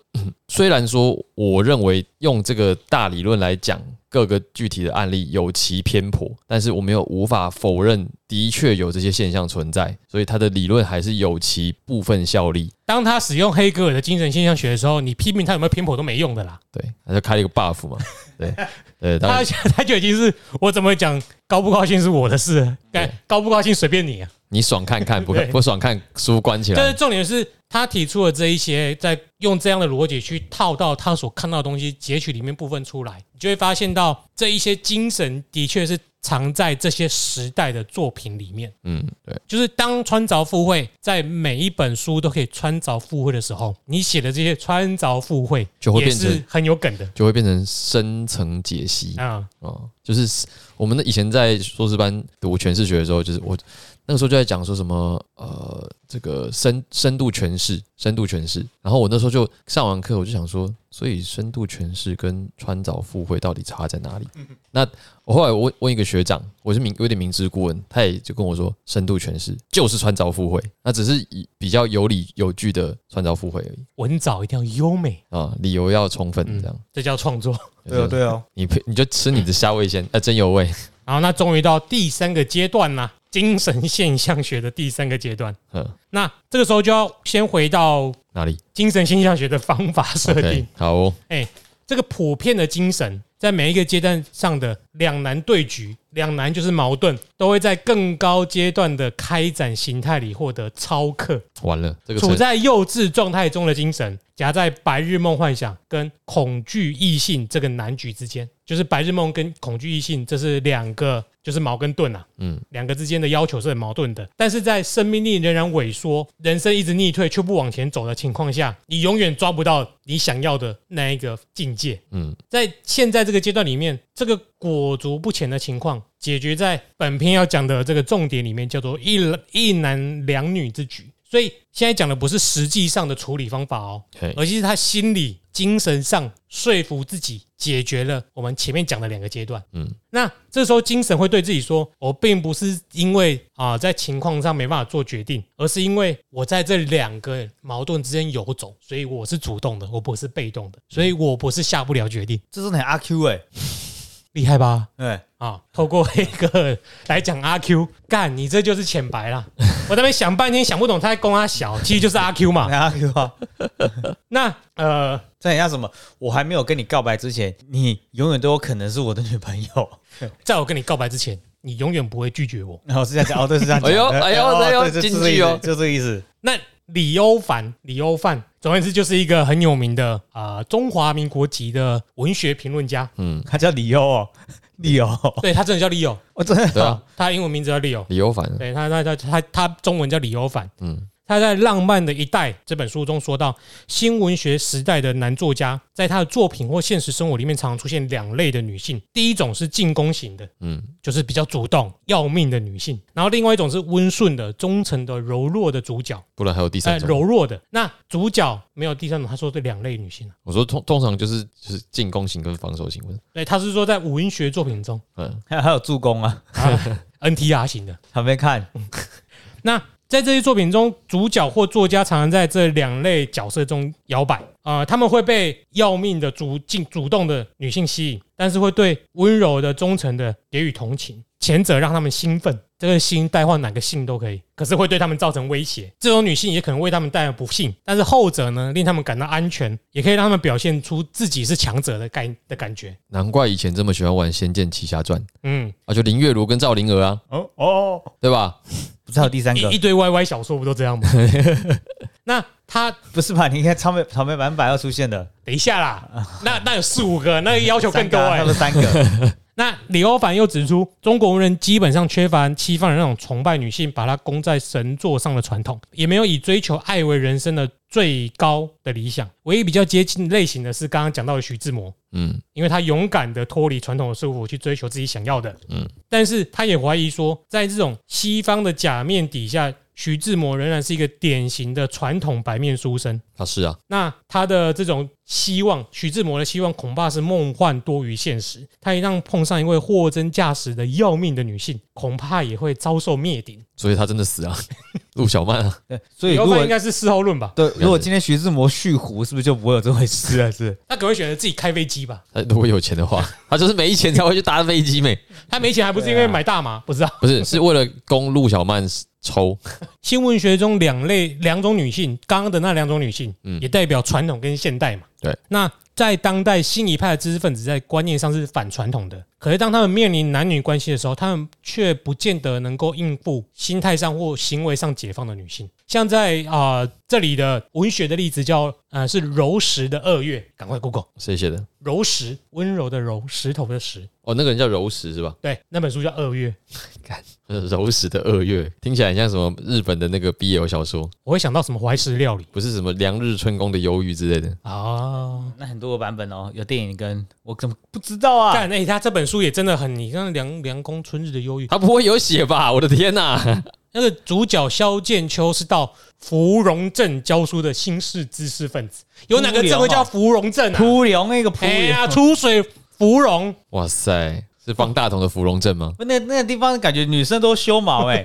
虽然说我认为用这个大理论来讲各个具体的案例有其偏颇，但是我没有无法否认，的确有这些现象存在，所以它的理论还是有其部分效力。
当他使用黑格尔的精神现象学的时候，你批评他有没有偏颇都没用的啦。
对，他就开了一个 buff 嘛，对，对，当
他
然
现在他就已经是我怎么讲高不高兴是我的事了，该
对
高不高兴随便你啊。
你爽看看，不看
对
不爽看，书关起
但是
来，
重点是他提出了这一些，在用这样的逻辑去套到他所看到的东西截取里面部分出来，你就会发现到这一些精神的确是藏在这些时代的作品里面。
嗯，对，
就是当穿凿附会在每一本书都可以穿凿附会的时候，你写的这些穿凿附会
就会
也
变成
是很有梗的
就会变成深层解析
啊。
哦，就是我们的以前在硕士班读诠释学的时候，就是我那个时候就在讲说什么呃，这个深深度诠释，深度诠释。然后我那时候就上完课，我就想说，所以深度诠释跟穿凿附会到底差在哪里？
嗯
那我后来问问一个学长，我是明有点明知故问，他也就跟我说，深度诠释就是穿凿附会，那只是以比较有理有据的穿凿附会而已
文藻一定要优美，
啊，理由要充分
嗯
这样。
这叫创作。
对哦，对哦，
你配你就吃你的虾味先，呃，真有味。 [LAUGHS]
然后那终于到第三个阶段啦，精神现象学的第三个阶段。
嗯，
那这个时候就要先回到
哪里？
精神现象学的方法设定。
OK，好哦，
这个普遍的精神，在每一个阶段上的两难对局，两难就是矛盾，都会在更高阶段的开展形态里获得超克。
完了，这个
处
成
在幼稚状态中的精神，夹在白日梦幻想跟恐惧异性这个难局之间，就是白日梦跟恐惧异性，这是两个就是矛跟盾啊，
嗯，
两个之间的要求是很矛盾的。但是在生命力仍然萎缩、人生一直逆退却不往前走的情况下，你永远抓不到你想要的那一个境界。
嗯，
在现在这个阶段里面，这个裹足不前的情况，解决在本篇要讲的这个重点里面，叫做一男一男两女之举。所以现在讲的不是实际上的处理方法哦，
嘿，
而是他心理、精神上说服自己解决了我们前面讲的两个阶段。
嗯，
那这时候精神会对自己说：“我并不是因为啊在情况上没办法做决定，而是因为我在这两个矛盾之间游走，所以我是主动的，我不是被动的，所以我不是下不了决定。
这真的很阿 Q 哎、”
厉害吧？
对，
啊，透过黑 [LAUGHS] 哥来讲阿 Q，干你这就是浅白 [LAUGHS] 啦。我在那边想半天想不懂他在攻他小，其实就是阿 Q [LAUGHS] 嘛
很。阿 Q 啊，
那呃，
这很像什么？我还没有跟你告白之前，你永远都有可能是我的女朋友。 [LAUGHS]
在我跟你告白之前，你永远不会拒绝我。
然后是这样讲，哦，对，是这样讲。
哎呦哎呦
哦
哎呦
对就
金句哦
就这个意思。
那李欧凡，李欧范，总而言之就是一个很有名的啊、呃中华民国籍的文学评论家。
嗯，
他叫李欧哦， [LAUGHS] 李欧，
对他真的叫李欧，
我真的
对啊，
他的英文名字叫李欧，
理由反了，
对他他他他他中文叫李欧凡。
嗯
他在《浪漫的一代》这本书中说到，新文学时代的男作家，在他的作品或现实生活里面，常常出现两类的女性。第一种是进攻型的，
嗯，
就是比较主动、要命的女性；然后另外一种是温顺的、忠诚的、柔弱的主角，
不然还有第
呃，
三种。
柔弱的。那主角没有第三种，他说这两类女性啊。
我说通通常就是就是进攻型跟防守型，
对，他是说在文学作品中、
嗯，
还有还有助攻啊，
啊、，NTR 型的。
旁边看，
那在这些作品中，主角或作家常常在这两类角色中摇摆啊，他们会被要命的主进主动的女性吸引，但是会对温柔的、忠诚的给予同情，前者让他们兴奋，这个心代换哪个性都可以，可是会对他们造成威胁。这种女性也可能为他们带来不幸，但是后者呢，令他们感到安全，也可以让他们表现出自己是强者的感的感觉。
难怪以前这么喜欢玩《仙剑奇侠传》
嗯，
啊，就林月如跟赵灵儿啊，
哦哦，
对吧？
不是还有第三个
一一？堆 YY 小说不都这样吗？ [LAUGHS] 那他
不是吧？你看草莓草莓版本要出现的，
等一下
[LAUGHS]
啦，那那有四五个，那个要求更多
三个啊
欸
哎、
他们三个，
那李欧凡又指出，中国人基本上缺乏西方人那种崇拜女性、把她供在神座上的传统，也没有以追求爱为人生的最高的理想。唯一比较接近类型的是刚刚讲到的徐志摩，
嗯，
因为他勇敢的脱离传统的束缚，去追求自己想要的。
嗯
嗯，但是他也怀疑说，在这种西方的假面底下，徐志摩仍然是一个典型的传统白面书生。
他是啊，
那他的这种希望，徐志摩的希望恐怕是梦幻多于现实。他一旦碰上一位货真价实的要命的女性，恐怕也会遭受灭顶。
所以他真的死啊， [LAUGHS] 陆小曼啊，
对，所以
要
如
不
果
然应该是事后论吧？
对， [LAUGHS] 如果今天徐志摩续胡，是不是就不会有这回事啊？是，
他可能会选择自己开飞机吧？
他如果有钱的话，他就是没钱才会去搭飞机没，
他没钱还不是因
对
为
啊
买大麻？不是啊。
不是是为了供陆小曼抽，
新文学中两类两种女性，刚刚的那两种女性，
嗯
也代表传统跟现代嘛。
对，
那在当代新一派的知识分子在观念上是反传统的，可是当他们面临男女关系的时候，他们却不见得能够应付心态上或行为上解放的女性。像在啊、呃这里的文学的例子叫呃是柔石的二月，赶快 Google
谁写的？
柔石，温柔的柔，石头的石。
哦，那个人叫柔石是吧？ [LAUGHS]
对，那本书叫《二月》，
柔石的二月听起来很像什么日本的那个 BL 小说，
我会想到什么怀石料理
不是什么《梁日春宫的忧郁》之类的。
啊？啊。
[LAUGHS] 那很多个版本哦，有电影跟我怎么不知道啊？
干，哎、他这本书也真的很，你看梁梁公春日的忧郁，
他不会有写吧？我的天呐、
[LAUGHS]
那个主角萧剑秋是到芙蓉镇教书的新式知识分子，有哪个镇会叫芙蓉镇啊？
扑龙那个扑
哎呀，
龙，
出水芙蓉，
哇塞，是方大同的芙蓉镇吗？
不那那个地方感觉女生都修毛
[LAUGHS]
哎，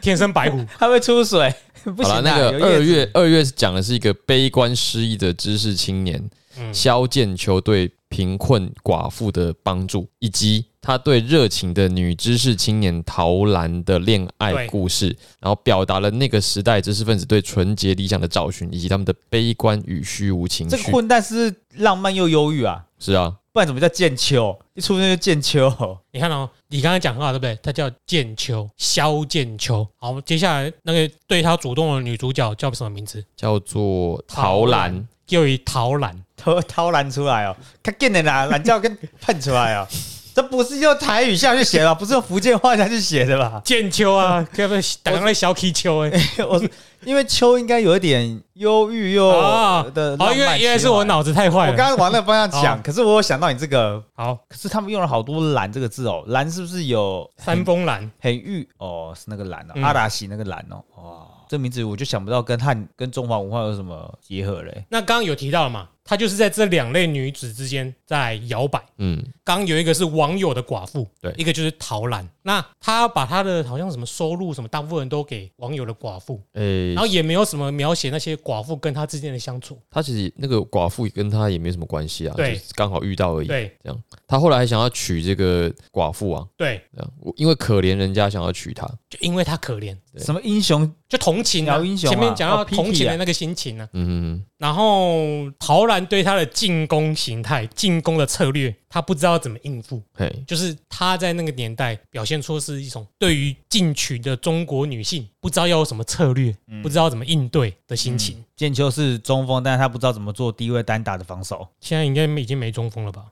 天生白虎。
还会出水，不
好
行
了，
啊
那个
有叶
二
子
月二月讲的是一个悲观失意的知识青年
嗯
萧剑秋对贫困寡妇的帮助，以及他对热情的女知识青年陶兰的恋爱
对
故事，然后表达了那个时代知识分子对纯洁理想的找寻，以及他们的悲观与虚无情
这个
绪。
混蛋是不是浪漫又忧郁啊，
是啊，
不然怎么叫剑秋？一出生就剑秋，
你看哦，你刚才讲很好，对不对？他叫剑秋，萧剑秋。好，接下来那个对他主动的女主角叫什么名字？
叫做陶
陶
兰
兰。又一桃兰。
偷偷懒出来哦，看见的啦，懒觉跟喷出来哦， [LAUGHS] 这不是用台语下去写的，不是用福建话下去写的吧？
剑秋
[LAUGHS]
啊，该不会打刚那小 K 秋哎？
我说因为秋应该有一点忧郁又
啊
哦的浪漫
好，因为
情
因为是我
怀。
脑子太坏
我刚刚
了。
往那个方向
[LAUGHS]
讲，可是我有想到你这个，
好，
可是他们用了好多“蓝”这个字哦，“蓝”是不是有
三峰兰，
很郁哦？是那个“蓝”哦，
嗯
阿达西那个“蓝”哦，哇，这名字我就想不到跟汉跟中华文化有什么结合嘞。
那刚刚有提到了嘛？她就是在这两类女子之间在摇摆。
嗯，
刚有一个是网友的寡妇，
对
一个就是陶兰。那她把她的好像什么收入什么，大部分都给网友的寡妇，
诶、
然后也没有什么描写那些寡妇跟她之间的相
哦
处。
他其实那个寡妇跟他也没什么关系啊，就
对
是刚好遇到而已。
对
他后来还想要娶这个寡妇啊，
对，
这样，我因为可怜人家想要娶她，
就因为她可怜，
对
什么英雄
就同情啊。
聊英雄啊
前面讲到
哦，PT
同情的那个心情啊。
嗯，
然后陶兰对她的进攻形态、进攻的策略，她不知道怎么应付。
嘿，
就是她在那个年代表现出是一种对于进取的中国女性，不知道要有什么策略，不知道怎么应对的心情。
剑秋是中锋，但是他不知道怎么做低位单打的防
[LAUGHS]
守。
现在应该已经没中锋了吧？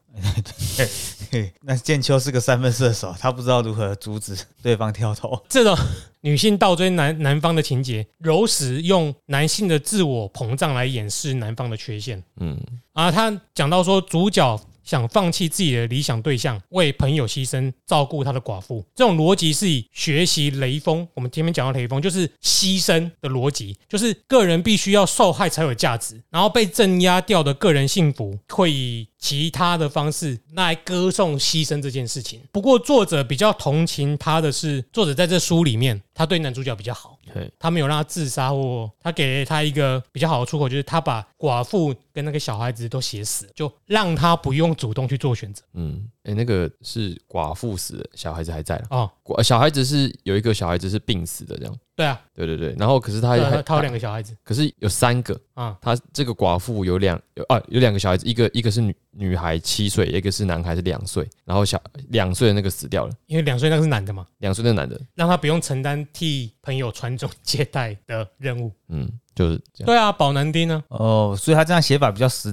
嘿那剑秋是个三分射手，他不知道如何阻止对方跳投。
这种女性倒追男男方的情节，柔石用男性的自我膨胀来掩饰男方的缺陷
嗯，
啊。他讲到说，主角想放弃自己的理想对象，为朋友牺牲，照顾他的寡妇，这种逻辑是以学习雷锋。我们前面讲到雷锋，就是牺牲的逻辑，就是个人必须要受害才有价值，然后被镇压掉的个人幸福会以其他的方式来歌颂牺牲这件事情。不过作者比较同情他的是，作者在这书里面，他对男主角比较好
嘿，
他没有让他自杀或他给他一个比较好的出口，就是他把寡妇跟那个小孩子都写死，就让他不用主动去做选择
嗯，诶、那个是寡妇死的，小孩子还在了，
哦。
寡呃小孩子是有一个小孩子是病死的，这样，
对啊，
对对对，然后可是他
对啊
还
他有两个小孩子
可是有三个，
啊，
他这个寡妇有两有啊有两个小孩子，一个一个是女女孩七岁，一个是男孩是两岁，然后小两岁的那个死掉了，
因为两岁那个是男的嘛，
两岁的男的，
让他不用承担替朋友传宗接代的任务。
嗯，就是这样，
对啊，保男丁呢，
哦，所以他这样写法比较时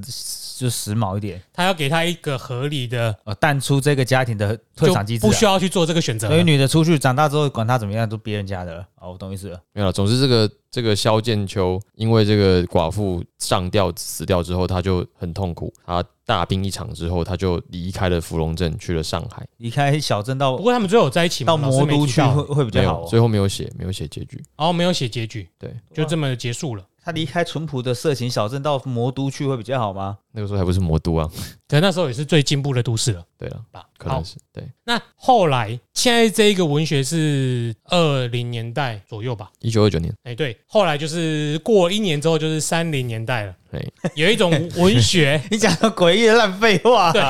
就时髦一点，
他要给他一个合理的，
呃，淡出这个家庭的退
就
场机制、啊，
不需要去做这个选择
所以
了。
女的出去长大之后，管她怎么样都别人家的了。哦，我懂意思了。
没有了。总之，这个这个萧剑秋因为这个寡妇上吊死掉之后，他就很痛苦。他大病一场之后，他就离开了芙蓉镇，去了上海。
离开小镇
不
到
过他们最后有在一起嘛？
到
老师
魔
没
都
提
去
到
会会比
没
较好
有，
哦。
最后没有写，没有写结局。
然后没有写结局，
对，
就这么结束了。
他离开淳朴的色情小镇到魔都去会比较好吗？
那个时候还不是魔都啊。
可那时候也是最进步的都市了
对了，
吧？
可
好
能，是对，
那后来现在这一个文学是二零年代左右吧？
一九二九年。
哎，对，后来就是过一年之后就是三零年代了
对。
有一种文学，
[LAUGHS] 你讲的诡异的烂废话、
对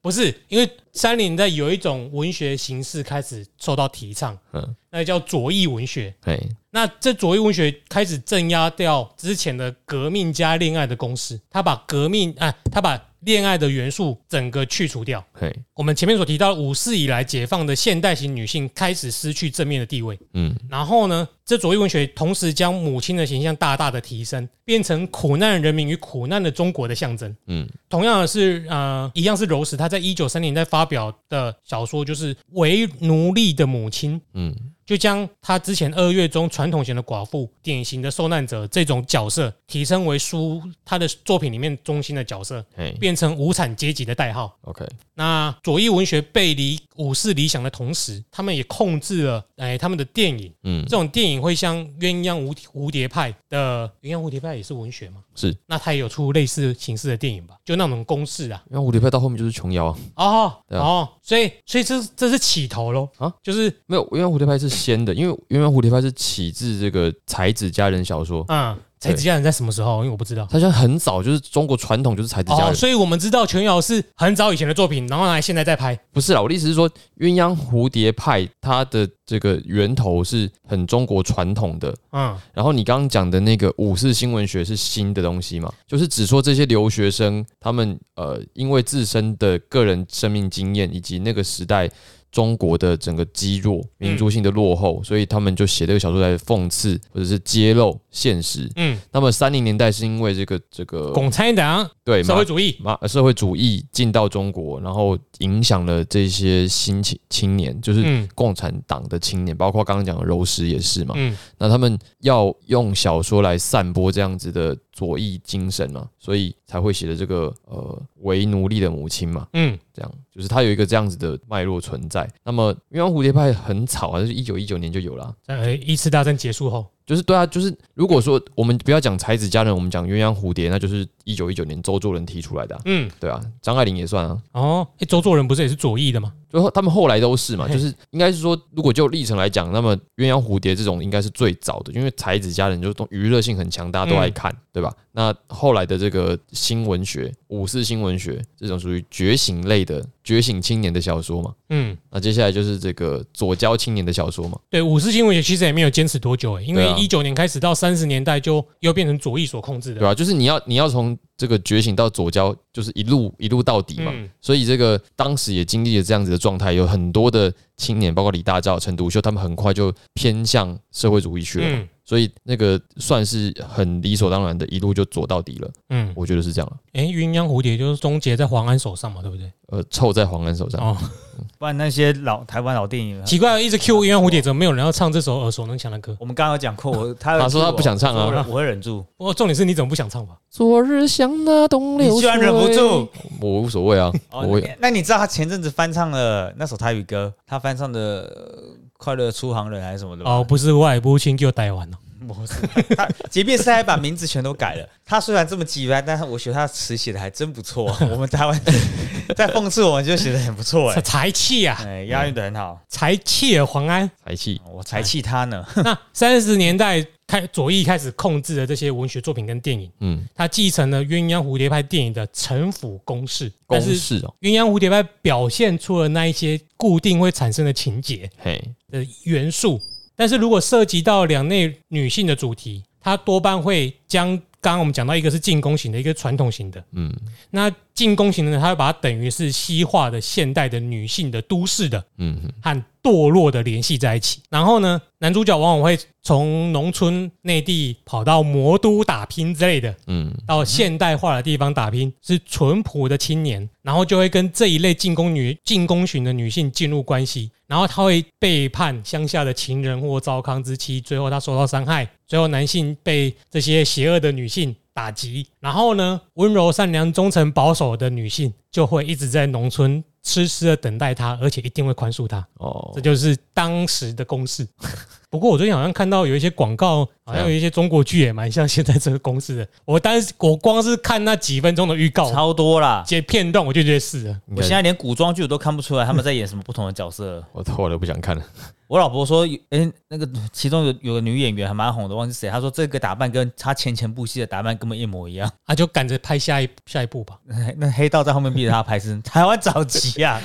不是因为三零年代有一种文学形式开始受到提倡，
嗯，
那叫左翼文学。
嘿，
那这左翼文学开始镇压呃掉之前的革命加恋爱的公式，他把革命啊，他把恋爱的元素整个去除掉。
嘿，
我们前面所提到，五四以来解放的现代型女性开始失去正面的地位。
嗯，
然后呢，这左翼文学同时将母亲的形象大大的提升，变成苦难人民与苦难的中国的象征。
嗯，
同样的是，呃，一样是柔石，他在一九三零年代发表的小说就是《为奴隶的母亲》。
嗯，
就将他之前二月中传统型的寡妇、典型的受难者这种角色，提升为书他的作品里面中心的角色，
嘿
变成无产阶级的代号。
，OK，
那左翼文学背离武士理想的同时，他们也控制了哎他们的电影，
嗯
这，种电影会像鸳鸯蝴蝴蝶派的鸳鸯蝴蝶派也是文学嘛，
是，
那他也有出类似形式的电影吧，就那种公式啊，
因为蝴蝶派到后面就是琼瑶啊，
哦
对啊
哦，所以所以这这是起头喽
啊，
就是
没有，因为蝴蝶派是先的，因为因为蝴蝶派是起自这个才子佳人小说，
嗯，才子佳人在什么时候？因为我不知道。
它像很早就是中国传统就是才子佳
哦，
人，
所以我们知道琼瑶是很早以前的作品，然后来现在在拍。
不是啦，我的意思是说，鸳鸯蝴蝶派它的这个源头是很中国传统的，
嗯，
然后你刚刚讲的那个五四新闻学是新的东西嘛？就是只说这些留学生他们呃，因为自身的个人生命经验以及那个时代中国的整个积弱、
嗯
民族性的落后，所以他们就写这个小说来讽刺或者是揭露现实。
嗯，
那么三零年代是因为这个这个
共产党
呃对
社
马
会主义，
马呃社会主义进到中国，然后影响了这些新青青年，就是
嗯
共产党的青年，包括刚刚讲的柔石也是嘛。
嗯
那他们要用小说来散播这样子的左翼精神嘛，所以才会写的这个呃为奴隶的母亲嘛，
嗯，
这样就是它有一个这样子的脉络存在。那么鸳鸯蝴蝶派很早啊，就是一九一九年就有了。
在呃一次大战结束后，
就是对啊，就是如果说我们不要讲才子佳人，我们讲鸳鸯蝴蝶，那就是一九一九年周作人提出来的、啊，
嗯，
对啊，张爱玲也算啊，
哦，诶周作人不是也是左翼的吗？
最后他们后来都是嘛，
嘿
就是应该是说，如果就历程来讲，那么鸳鸯蝴蝶这种应该是最早的，因为才子佳人就是都娱乐性很强，大家都爱
嗯
看，对吧？那后来的这个新文学、五四新文学这种属于觉醒类的觉醒青年的小说嘛，
嗯，
那接下来就是这个左交青年的小说嘛，
对，五四新闻学其实也没有坚持多久、欸诶因为
对啊
一九年开始到三十年代就又变成左翼所控制
对啊
的。
吧？就是你要你要从这个觉醒到左交，就是一路一路到底嘛。
嗯
所以这个当时也经历了这样子的状态，有很多的青年，包括李大钊、陈独秀，他们很快就偏向社会主义去了。
嗯
所以那个算是很理所当然的，一路就左到底了，
嗯，
我觉得是这样了。啊
哎、鸳鸯蝴蝶就是终结在黄安手上嘛，对不对？
呃，臭在黄安手上，
哦，
不然那些老台湾老电
啊
影，
奇怪，一直 Q 鸳鸯蝴蝶，怎么没有人要唱这首耳熟能详的歌？
我们刚刚有讲过， [LAUGHS] 我他
他说他不想唱啊
我我会忍 [LAUGHS] 住，
不过重点是你怎么不想唱吧？
昨日像那东
你
流水，
居然忍不住，。
我无所谓啊，
哦
我，
那你知道他前阵子翻唱了那首台语歌，他翻唱的呃《快乐出航人》还是什么
啊
的吗？
哦，不是外不亲就逮完了。
不是， [LAUGHS] 他即便是他还把名字全都改了，他虽然这么鸡掰，但是我觉得他词写的还真不 [LAUGHS] 错啊、我们台湾在讽刺我们就写的很不错 [LAUGHS] 哎、
才气啊，
哎，押韵的很好，
才气啊，黄
[LAUGHS]
安。
才气。
我才气他呢。
那三十年代开左翼开始控制的这些文学作品跟电影，
嗯，
它继承了鸳鸯蝴蝶派电影的城府公式，
公
但是
式哦，
鸳鸯蝴蝶派表现出了那一些固定会产生的情节
嘿，
的元素，但是如果涉及到两类女性的主题，它多半会将刚刚我们讲到一个是进攻型的，一个是传统型的。
嗯
那进攻型的呢，它会把它等于是西化的现代的女性的都市的
嗯嗯
和堕落的联系在一起。然后呢，男主角往往会从农村内地跑到魔都打拼之类的，
嗯，
到现代化的地方打拼，是淳朴的青年，然后就会跟这一类进攻女、进攻型的女性进入关系，然后他会背叛乡下的情人或糟糠之妻，最后他受到伤害，最后男性被这些邪恶的女性打击，然后呢，温柔、善良、忠诚、保守的女性就会一直在农村痴痴的等待他，而且一定会宽恕他。
哦
这，就是当时的公式。 [LAUGHS] 不过我最近好像看到有一些广告，好像有一些中国剧也蛮像现在这个公式的。我当时我光是看那几分钟的预告，
超多啦！
接片段我就觉得是了。
应
我
该
现在连古装剧我都看不出来他们在演什么不同的角色了。
我后来不想看了。
我老婆说，哎、那个其中有有个女演员还蛮红的，忘记谁。她说这个打扮跟她前前部戏的打扮根本一模一样。 [LAUGHS]
啊，就赶着拍下一下一部吧。
那黑道在后面逼着她拍，是 [LAUGHS] 台湾早期啊！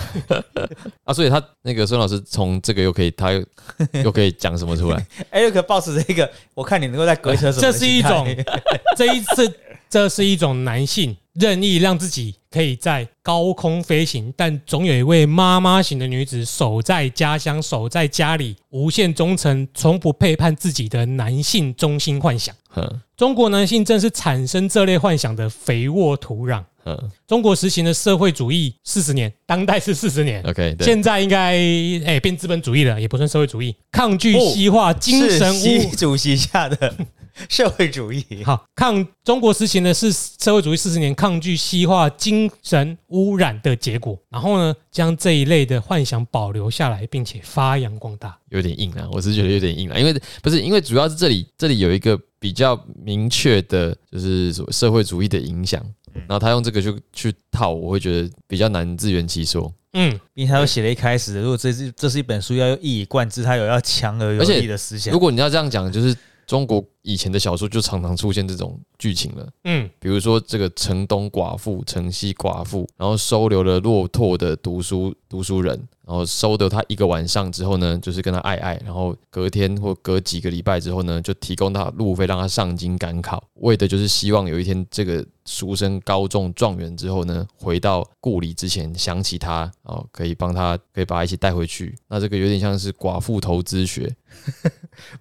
啊，所以他那个孙老师从这个又可以，他又又可以讲什么出来？ [LAUGHS]
Eric 抱持这个，我看你能够在隔一车什么的
[LAUGHS] 这是一
心态
种这一次这是一种男性任意让自己可以在高空飞行，但总有一位妈妈型的女子守在家乡、守在家里，无限忠诚，从不背叛自己的男性中心幻想。
哼
中国男性正是产生这类幻想的肥沃土壤。
哼
中国实行的社会主义四十年，当代是四十年，
呃
，OK，对，
现在应该哎、变资本主义了，也不算社会主义，抗拒西化、精神
哦是
污
习主席下的 [LAUGHS] 社会主义。
好，抗中国实行的是社会主义四十年抗拒西化精神污染的结果，然后呢，将这一类的幻想保留下来，并且发扬光大。
有点硬啊，我是觉得有点硬啊，因为不是因为主要是这里这里有一个比较明确的，就是所谓社会主义的影响，然后他用这个去去套，我会觉得比较难自圆其说，
嗯，
因为他都写了一开始，如果这是这是一本书，要用一以贯之，他有要强而有
而且
力的思想
如。果你要这样讲，就是中国以前的小说就常常出现这种剧情了。
嗯，
比如说这个城东寡妇、城西寡妇，然后收留了落拓的读书读书人，然后收留他一个晚上之后呢，就是跟他爱爱，然后隔天或隔几个礼拜之后呢，就提供他路费让他上京赶考，为的就是希望有一天这个书生高中状元之后呢，回到故里之前想起他，哦，可以帮他可以把他一起带回去。那这个有点像是寡妇投资学，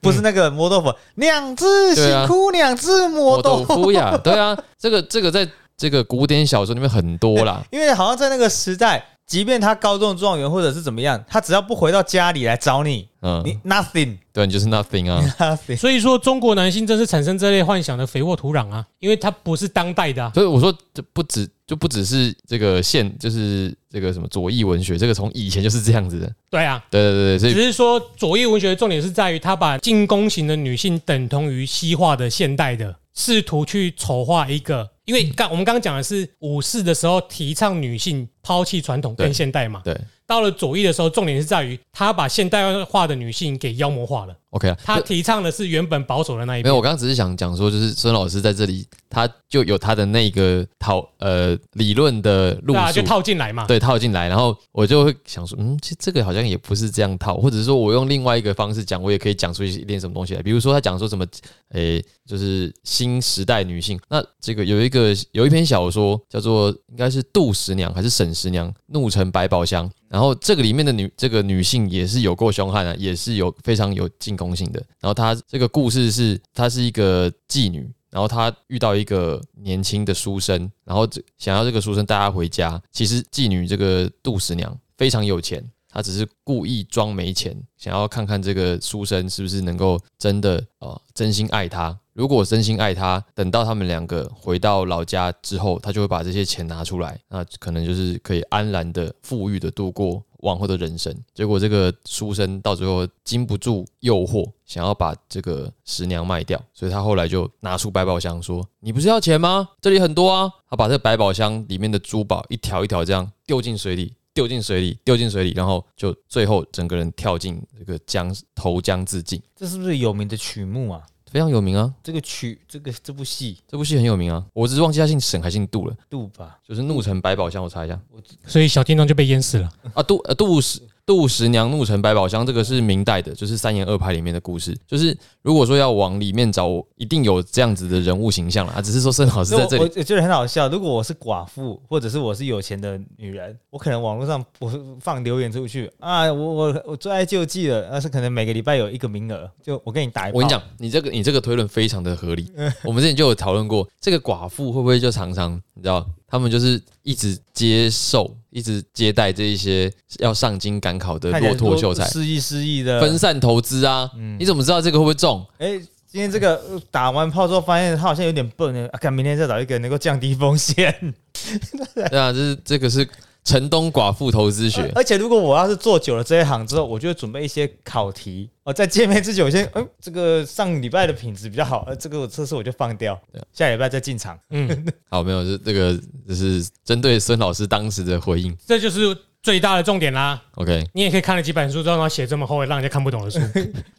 不是那个磨豆腐，两只
嗯对啊
辛苦两只磨
我
豆
豆
腐，
夫呀，对啊，这个这个在这个古典小说里面很多啦。
因为好像在那个时代，即便他高中状元或者是怎么样，他只要不回到家里来找你，
嗯，
你 nothing
对，你就是 nothing 啊，
nothing。
所以说中国男性正是产生这类幻想的肥沃土壤啊，因为它不是当代的、啊。
所以我说这不止就不只是这个现，就是这个什么左翼文学，这个从以前就是这样子的，
对啊，
对对对对，
只
所以
是说左翼文学的重点是在于他把进攻型的女性等同于西化的现代的，试图去丑化一个。
嗯
因为刚我们刚刚讲的是武士的时候提倡女性抛弃传统跟
对
现代嘛，
对
到了左翼的时候，重点是在于他把现代化的女性给妖魔化了，
OK 啊，
他
就
提倡的是原本保守的那一
没有，
边。
我刚刚只是想讲说，就是孙老师在这里，他就有他的那个套呃理论的路
对啊，就
数。
套进来嘛。
对，套进来，然后我就会想说，嗯，其实这个好像也不是这样套，或者是说我用另外一个方式讲，我也可以讲出一点什么东西来。比如说他讲说什么，诶、就是新时代女性，那这个有一个有一篇小说叫做应该是杜十娘还是沈十娘怒沉百宝箱，然后这个里面的女这个女性也是有够凶悍啊，也是有非常有进攻性的。然后她这个故事是她是一个妓女，然后她遇到一个年轻的书生，然后这想要这个书生带她回家。其实妓女这个杜十娘非常有钱，她只是故意装没钱，想要看看这个书生是不是能够真的呃真心爱她。如果真心爱她，等到他们两个回到老家之后，她就会把这些钱拿出来，那可能就是可以安然的、富裕的度过往后的人生。结果这个书生到最后经不住诱惑，想要把这个十娘卖掉，所以他后来就拿出百宝箱说：“你不是要钱吗？这里很多啊！”他把这百宝箱里面的珠宝一条一条这样丢进水里。丢进水里，丢进水里，然后就最后整个人跳进这个江，投江自尽，
这是不是有名的曲目啊？
非常有名啊！
这个曲，这个这部戏，
这部戏很有名啊，我只是忘记他姓沈还姓杜了，
杜吧？
就是怒沉百宝箱，我查一下
所以小叮当就被淹死了。
啊，杜呃杜十杜十娘怒沉百宝箱，这个是明代的，就是三言二拍里面的故事，就是如果说要往里面找，一定有这样子的人物形象了啊，只是说孙老师
所以
在
我
这
我
里
我觉得很好笑。如果我是寡妇，或者是我是有钱的女人，我可能网络上不放留言出去啊，我我我最爱救济了，但是可能每个礼拜有一个名额，就我跟你打一炮。
我跟你讲，你这个你这个推论非常的合理。我们之前就有讨论过，这个寡妇会不会就常常你知道，他们就是一直接受、一直接待这一些要上京赶考的
看起来
骆
是嗯
驼秀才，
失忆失忆的
分散投资啊？你怎么知道这个会不会中？
哎、今天这个呃打完炮之后，发现他好像有点笨呢，啊，看明天再找一个能够降低风险。
对啊，这是这个是城东寡妇投资学。
[LAUGHS] 而且如果我要是做久了这一行之后，我就会准备一些考题。哦，在见面之前，我先，嗯，这个上礼拜的品质比较好，呃，这个我测试我就放掉，
啊
下礼拜再进场。 [LAUGHS]
嗯，
好，没有，这这个就是针对孙老师当时的回应。
这就是最大的重点啦。
OK，
你也可以看了几本书之后，然后写这么厚，让人家看不懂
[LAUGHS]
的书，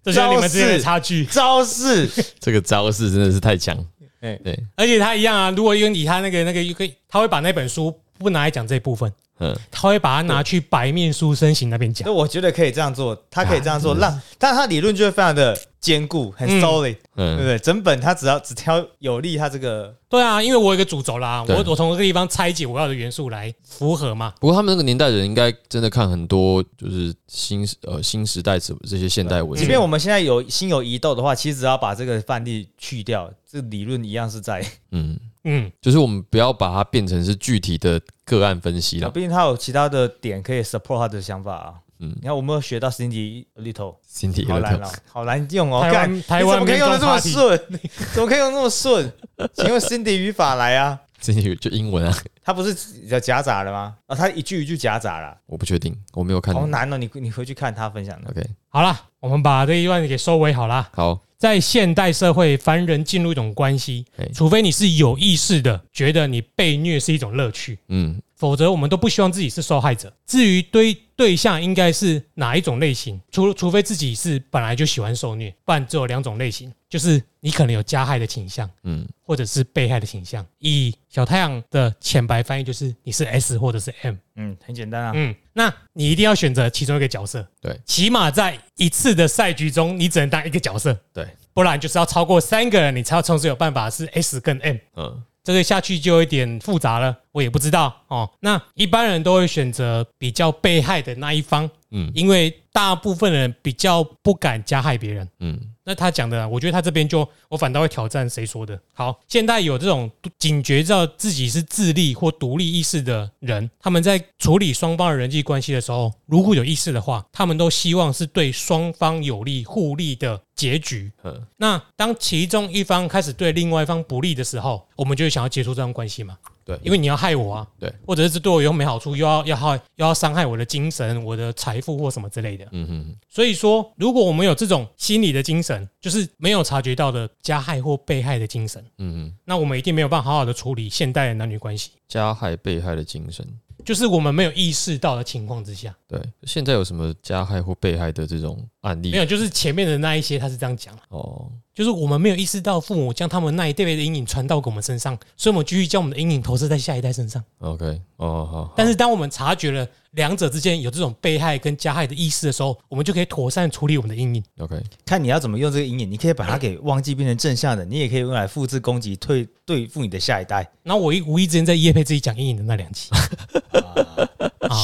这就是你们之间的差距。
招式，
这个招式真的是太强。
哎
对，
而且他一样啊，如果用以他那个那个，可以他会把那本书不拿来讲这一部分，
嗯，
他会把它拿去白面书身形那边讲
哦
啊
那。我觉得可以这样做，他可以这样做，让，但他理论就会非常的坚固，很
嗯
solid，、对不
嗯，
对？整本它只要只挑有利它这个
对啊，因为我有一个主轴啦，
对
我我从这个地方拆解我要的元素来符合嘛。
不过他们那个年代人应该真的看很多，就是新时呃新时代这这些现代文
即
学。
便我们现在有心有疑窦的话，其实只要把这个范例去掉，这理论一样是在。
嗯，
嗯，
就是我们不要把它变成是具体的个案分析了。
毕竟他有其他的点可以 support 他的想法啊。
嗯
嗯，你看我们有学到 Cindy Little，
Cindy
好难
Little
哦，好难用哦。
台湾
干
台
你怎
湾
么可以用的这么
民众
顺？ [LAUGHS] 怎么可以用得那么顺？请用 Cindy 语法来啊！
Cindy 就英文啊， [LAUGHS]
他不是叫夹杂的吗？啊，他一句一句夹杂了，
我不确定，我没有看。
好难哦！你你回去看他分
呃
享的，
OK，
好啦，我们把这一段给收尾好啦。
好，
在现代社会，凡人进入一种关系
哎
嘿，
除非你是有意识的，觉得你被虐是一种乐趣，
嗯，
否则我们都不希望自己是受害者。至于对对象应该是哪一种类型，除除非自己是本来就喜欢受虐，不然只有两种类型，就是你可能有加害的倾向，
嗯，
或者是被害的倾向。以小太阳的浅白翻译就是你是 S 或者是 M。
嗯，很简单啊。
嗯，那你一定要选择其中一个角色。
对，
起码在一次的赛局中，你只能当一个角色。
对，
不然就是要超过三个人，你才要同时有办法是 S 跟 M。
嗯，
这个下去就有一点复杂了，我也不知道哦。那一般人都会选择比较被害的那一方，
嗯
因为大部分人比较不敢加害别人。
嗯，
那他讲的啊，我觉得他这边就我反倒会挑战谁说的。好，现在有这种警觉到自己是自立或独立意识的人，他们在处理双方的人际关系的时候，如果有意识的话，他们都希望是对双方有利、互利的结局。
嗯
那当其中一方开始对另外一方不利的时候，我们就会想要结束这段关系嘛？
对，
因为你要害我啊，
对，
或者是对我有没好处，又要要害，又要伤害我的精神、我的财富或什么之类的。
嗯嗯
所以说，如果我们有这种心理的精神，就是没有察觉到的加害或被害的精神，
嗯嗯，
那我们一定没有办法好好的处理现代的男女关系，
加害被害的精神。
就是我们没有意识到的情况之下，
对，现在有什么加害或被害的这种案例
没？有，就是前面的那一些他是这样讲啊
哦，
就是我们没有意识到父母将他们那一代的阴影传到给我们身上，所以我们继续将我们的阴影投射在下一代身上。
OK，哦，好，
但是当我们察觉了两者之间有这种被害跟加害的意识的时候，我们就可以妥善处理我们的阴影。
OK，
看你要怎么用这个阴影，你可以把它
哎
给忘记变成正向的，你也可以用来复制攻击，对对付你的下一代。
然后我一无意之间在夜配自己讲阴影的那两集，啊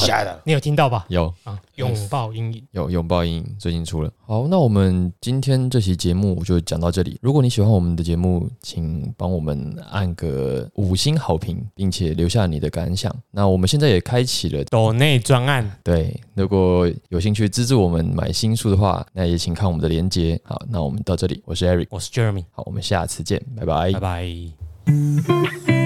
下一代
你有听到吧？
有
啊，拥抱阴影。
有拥抱阴影最近出了。好，那我们今天这期节目就讲到这里。如果你喜欢我们的节目，请帮我们按个五星好评，并且留下你的感想。那我们现在也开启了。
抖内专案，
对，如果有兴趣资助我们买新书的话，那也请看我们的链接。好，那我们到这里，我是 Eric，
我是 Jeremy，
好，我们下次见，拜
拜拜。